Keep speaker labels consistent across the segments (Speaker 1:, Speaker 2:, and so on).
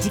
Speaker 1: 時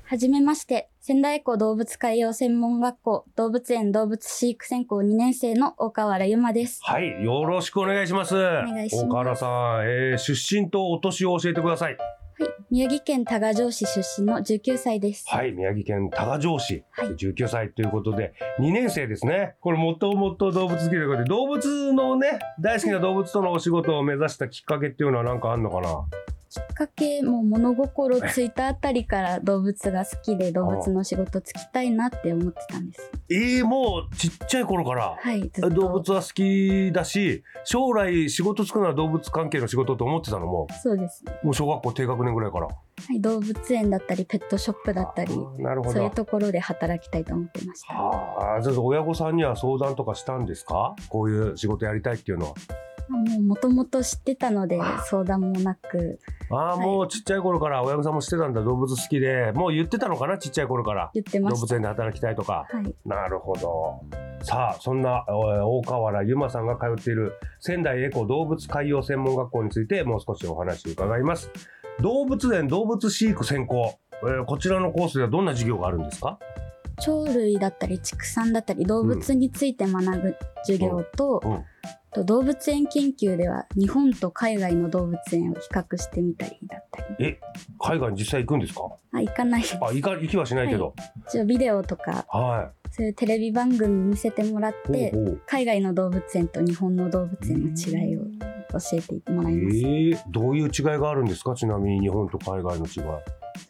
Speaker 2: はじめまして、仙台港動物海洋専門学校動物園動物飼育専攻2年生の大川原ゆまです。
Speaker 3: はいよろしくお願いします
Speaker 2: 願いします
Speaker 3: 岡原さん、えー、出身とお年を教えてください
Speaker 2: はい、宮城県多賀城市出身の19歳です。
Speaker 3: はい、宮城県多賀城市、
Speaker 2: はい
Speaker 3: 19歳ということで、2年生ですね。これもともと動物好きということで、動物のね、大好きな動物とのお仕事を目指したきっかけっていうのはなんかあんのかな
Speaker 2: きっかけも物心ついたあたりから動物が好きで動物の仕事つきたいなって思ってたんです。
Speaker 3: ええもうちっちゃい頃から、
Speaker 2: はい、ずっと。
Speaker 3: 動物は好きだし、将来仕事つくなら動物関係の仕事と思ってたのも、
Speaker 2: そうですね。
Speaker 3: もう小学校低学年ぐらいから。
Speaker 2: はい、動物園だったりペットショップだったり、
Speaker 3: なるほ
Speaker 2: そういう
Speaker 3: ど。
Speaker 2: ところで働きたいと思ってました。
Speaker 3: はあ、じゃあ親御さんには相談とかしたんですかこういう仕事やりたいっていうのは。
Speaker 2: まあもう元々知ってたので相談もなく
Speaker 3: ああ、
Speaker 2: はい
Speaker 3: もうちっちゃい頃から親御さんもしてたんだ、動物好きで、もう言ってたのかな、ちっちゃい頃から。
Speaker 2: 言って
Speaker 3: 動
Speaker 2: まし
Speaker 3: 物
Speaker 2: た。
Speaker 3: 園で働きたいとか。
Speaker 2: はい。
Speaker 3: なるほど。さあ、そんなえー大河原ゆまさんが通っている仙台エコ動物海洋専門学校についてもう少しお話を伺います。動物園動物飼育専攻。えーこちらのコースではどんな授業があるんですか
Speaker 2: 鳥類だったり畜産だったり動物について学ぶ授業と、
Speaker 3: うんうん
Speaker 2: と動物園研究では日本と海外の動物園を比較してみたりだったり
Speaker 3: 海外に実際行くんですか
Speaker 2: あ行かない
Speaker 3: あ、行か、行きはしないけど。
Speaker 2: 一応ビデオとか
Speaker 3: は
Speaker 2: そういうテレビ番組見せてもらっ
Speaker 3: い。
Speaker 2: て
Speaker 3: ほうほう
Speaker 2: 海外の動物園と日本の動物園の違いを教えてもらいます、
Speaker 3: ええどういう違いがあるんですかちなみに日本と海外の違い。
Speaker 2: そう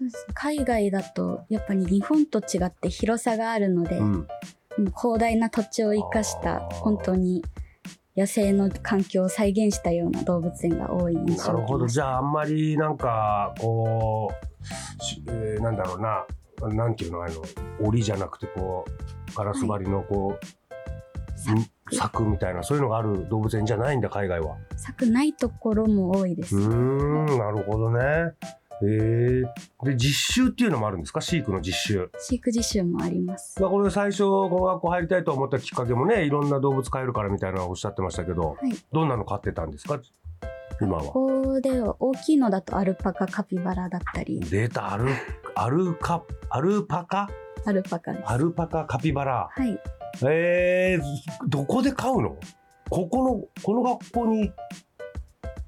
Speaker 2: です海外だとやっぱり日本と違って広さがあるので、
Speaker 3: うん。
Speaker 2: もう広大な土地を生かした
Speaker 3: あー
Speaker 2: 本当に野生の環境を再現したような動物園が多い
Speaker 3: な
Speaker 2: 印象
Speaker 3: る
Speaker 2: を受
Speaker 3: ほど
Speaker 2: けまし
Speaker 3: じ
Speaker 2: た
Speaker 3: ゃああんまりなんかこうし、えーなんだろうななんていうのあの檻じゃなくてこうガラス張りのこう、
Speaker 2: 柵
Speaker 3: ん柵みたいなそういうのがある動物園じゃないんだ海外は。
Speaker 2: 柵ないところも多いで
Speaker 3: う
Speaker 2: す、
Speaker 3: ーんなるほどね。えー、で実習っていうのもあるんですか飼育の実習。
Speaker 2: 飼育実習もあります
Speaker 3: まあ、これ最初この学校入りたいと思ったきっかけもねいろんな動物飼えるからみたいなのをおっしゃってましたけど、
Speaker 2: い
Speaker 3: どんなの飼ってたんですか今は。
Speaker 2: ここでは大きいのだとアルパカカピバラだったり
Speaker 3: データアルアルカアルパカ
Speaker 2: アルパカです
Speaker 3: アルパカカピバラ。
Speaker 2: はい
Speaker 3: えー、どこで買うのここの、この学校に、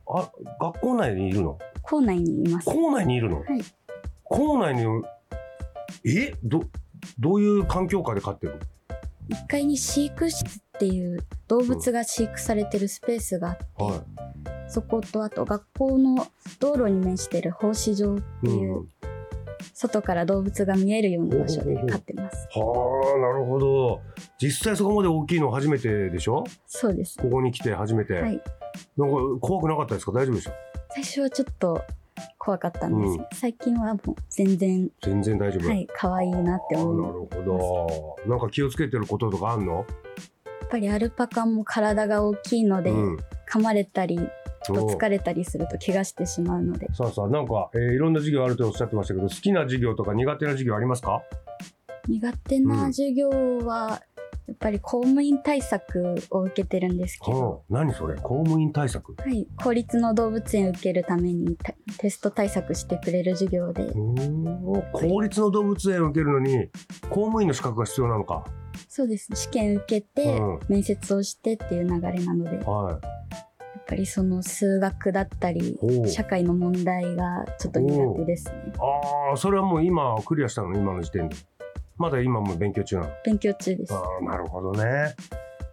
Speaker 3: あ、学校内にいるの
Speaker 2: 校内にいます
Speaker 3: 校内にいるの、
Speaker 2: い
Speaker 3: 校内に、えど、どういう環境下で飼ってるの
Speaker 2: 1階に飼育室っていう動物が飼育されてるスペースがあって、
Speaker 3: はい
Speaker 2: そことあと学校の道路に面してる奉仕場っていううん外から動物が見えるような場所で飼ってます
Speaker 3: はあ、なるほど。実際そこまで大きいの初めてでしょ
Speaker 2: そうです
Speaker 3: ここに来て初めて。
Speaker 2: はい
Speaker 3: なんか怖くなかったですか大丈夫でした
Speaker 2: 最初はちょっと怖かったんです、
Speaker 3: う
Speaker 2: 最近はもう全然
Speaker 3: 全然大丈夫。
Speaker 2: はい可愛いなって
Speaker 3: あな
Speaker 2: 思うや
Speaker 3: るほど。なんか気をつけてることとかあんの
Speaker 2: っぱりアルパカも体が大きいので、
Speaker 3: うん。
Speaker 2: 噛まれたりちょっと
Speaker 3: そう
Speaker 2: 疲れたりすると怪我してしまうので
Speaker 3: さあさあ、なんか、えーいろんな授業あるとおっしゃってましたけど、好きな授業とか苦手な授業ありますか
Speaker 2: 苦手な授業はやっぱり公務員対策を受けてるんですけど、
Speaker 3: はあ、何それ公務員対策
Speaker 2: はい、公立の動物園受けるためにたテスト対策してくれる授業で
Speaker 3: うーん公立の動物園を受けるのに、公務員の資格が必要なのか。
Speaker 2: そうですね試験受けて
Speaker 3: うん
Speaker 2: 面接をしてっていう流れなのでやっ
Speaker 3: はい。
Speaker 2: ぱりその数学だったり
Speaker 3: おう
Speaker 2: 社会の問題がちょっと苦手ですね。
Speaker 3: ああ、それはもう今クリアしたの、今の時点で。まだ今も勉強中なの。
Speaker 2: 勉強中です。
Speaker 3: あーなるほどね。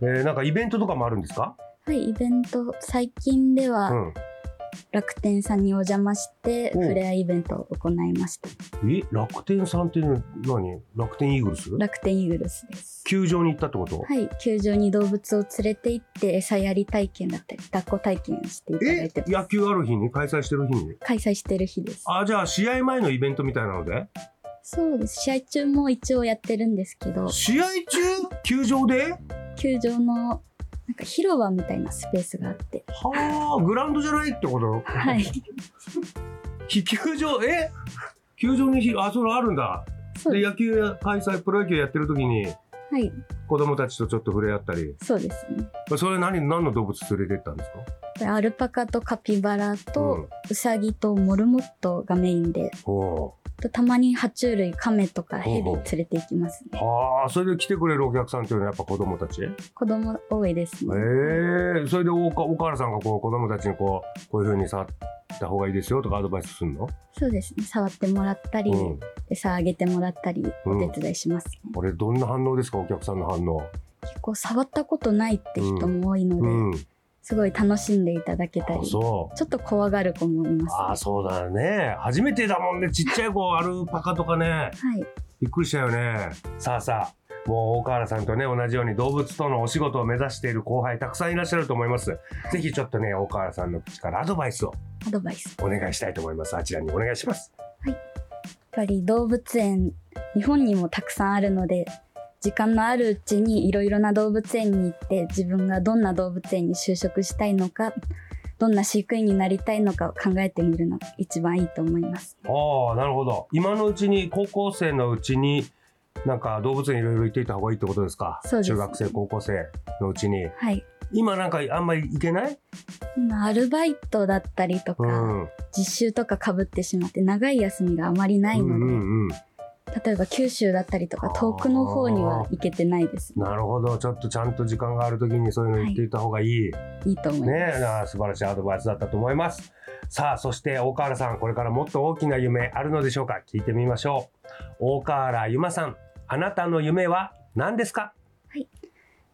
Speaker 3: えーなんかイベントとかもあるんですか
Speaker 2: はい、イベント、最近で
Speaker 3: う
Speaker 2: は
Speaker 3: ん。
Speaker 2: 楽天さんにお邪魔して、
Speaker 3: うん
Speaker 2: フレアイベントを行いました。
Speaker 3: え、楽天さんっていうのは何楽天イーグルス
Speaker 2: 楽天イーグルスです。
Speaker 3: 球場に行ったってこと、
Speaker 2: はい、球場に動物を連れて行って、餌やり体験だったり、抱っこ体験をしていただい
Speaker 3: え
Speaker 2: てます
Speaker 3: 野球ある日に開催してる日に
Speaker 2: 開催してる日です。
Speaker 3: あ、じゃあ試合前のイベントみたいなので
Speaker 2: そうです。試合中も一応やってるんですけど、
Speaker 3: 試合中球場で
Speaker 2: 球場のなんか広場みたいなスペースがあって、
Speaker 3: はあ、グラウンドじゃないってこと
Speaker 2: はい、
Speaker 3: ひ 球場、え球場にひ、あ、それあるんだ。
Speaker 2: そう
Speaker 3: で、
Speaker 2: です。
Speaker 3: 野球や開催、プロ野球やってる時に
Speaker 2: はい、
Speaker 3: 子供たちとちょっと触れ合ったり。
Speaker 2: そうですね。
Speaker 3: それ何、何の動物連れてったんですか
Speaker 2: これアルパカとカピバラ
Speaker 3: う
Speaker 2: と
Speaker 3: ん
Speaker 2: ウサギとモルモットがメインで、
Speaker 3: お
Speaker 2: とたまに爬虫類、カメとかヘビ
Speaker 3: ほう
Speaker 2: 連
Speaker 3: ほう
Speaker 2: れて行きますね。
Speaker 3: はあ、それで来てくれるお客さんっていうのはやっぱ子供たちへ
Speaker 2: 子供多いですね。
Speaker 3: えそれで大川大川原さんがこう子供たちにこう、こういう風に触った方がいいですよとかアドバイスするの、
Speaker 2: そうですね。触ってもらったり、
Speaker 3: うん。
Speaker 2: 餌あげてもらったり、お手伝いしますね。
Speaker 3: これどんな反応ですかお客さんの反応。
Speaker 2: 結構触ったことないって人も多いので、
Speaker 3: うん。
Speaker 2: すごい楽しんでいただけた
Speaker 3: あ
Speaker 2: り、ちょ
Speaker 3: そう。
Speaker 2: っと怖がる子もいます、
Speaker 3: ああ、そうだよね。初めてだもんね。ちっちゃい子、アルパカとかね。
Speaker 2: はい。
Speaker 3: びっくりしたよね。さあさあ、もう大川原さんとね、同じように動物とのお仕事を目指している後輩、たくさんいらっしゃると思います。ぜひちょっとね、大川原さんの口からアドバイスを
Speaker 2: アドバイス。
Speaker 3: お願いしたいと思います。あちらにお願いします。
Speaker 2: やっぱり動物園日本にもたくさんあるので時間のあるうちにいろいろな動物園に行って自分がどんな動物園に就職したいのかどんな飼育員になりたいのかを考えてみるのが一番いいと思います
Speaker 3: ああ、なるほど。今のうちに、高校生のうちに、なんか動物園いろいろ行っていた方がいいってことですか
Speaker 2: そうです
Speaker 3: 中学生、高校生のうちに。
Speaker 2: はい
Speaker 3: 今なんかあんまり行けない
Speaker 2: 今アルバイトだったりとか、
Speaker 3: うん。
Speaker 2: 実習とかかぶってしまって長い休みがあまりないので、
Speaker 3: うんうんうん。
Speaker 2: 例えば九州だったりとか遠くの方には行けてないですね
Speaker 3: なるほど。ちょっとちゃんと時間があるときにそういうの言っていた方がいい。
Speaker 2: いいと思います、
Speaker 3: ねえああ素晴らしいアドバイスだったと思います。さあ、そして大川原さん、これからもっと大きな夢あるのでしょうか聞いてみましょう。大川原ゆまさん、あなたの夢は何ですか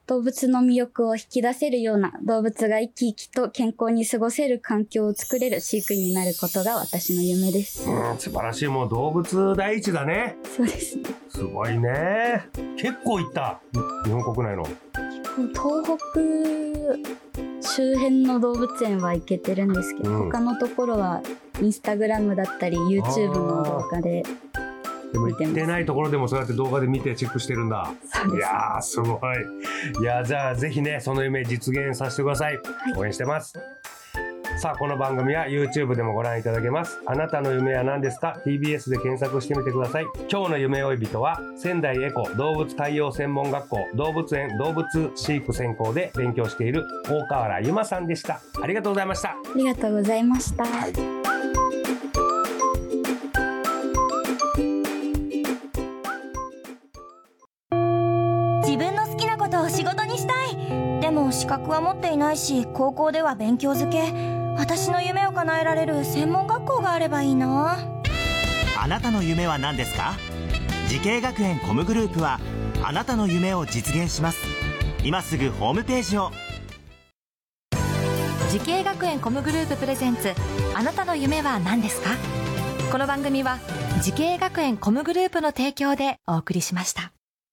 Speaker 2: 動物の魅力を引き出せるような動物が生き生きと健康に過ごせる環境を作れる飼育員になることが私の夢です。
Speaker 3: うん、素晴らしい。もう動物第一だね。
Speaker 2: そうですね。
Speaker 3: すごいね。結構いった。日本国内の。
Speaker 2: 東北周辺の動物園は行けてるんですけど、
Speaker 3: うん
Speaker 2: 他のところはインスタグラムだったり YouTube の動画で
Speaker 3: でも
Speaker 2: 見て
Speaker 3: 行
Speaker 2: ま
Speaker 3: っ
Speaker 2: す
Speaker 3: てないところでもそうやって動画で見てチェックしてるんだ。
Speaker 2: そう
Speaker 3: い
Speaker 2: ですね
Speaker 3: やーすごい。いやーじゃあぜひねその夢実現させてください。応援してます。さあこの番組は YouTube でもご覧いただけます。あなたの夢は何ですか ?TBS で検索してみてください。今日の夢追い人は仙台エコ動物海洋専門学校動物園動物飼育専攻で勉強している大川原ゆまさんでした。ありがとうございました。
Speaker 2: ありがとうございました。
Speaker 4: 自分の好きなことを仕事にしたいでも資格は持っていないし高校では勉強づけ私の夢を叶えられる専門学校があればいいな
Speaker 5: あなたの夢は何ですか時系学園コムグループはあなたの夢を実現します今すぐホームページを
Speaker 1: 時系学園コムグループプレゼンツあなたの夢は何ですかこの番組は時系学園コムグループの提供でお送りしました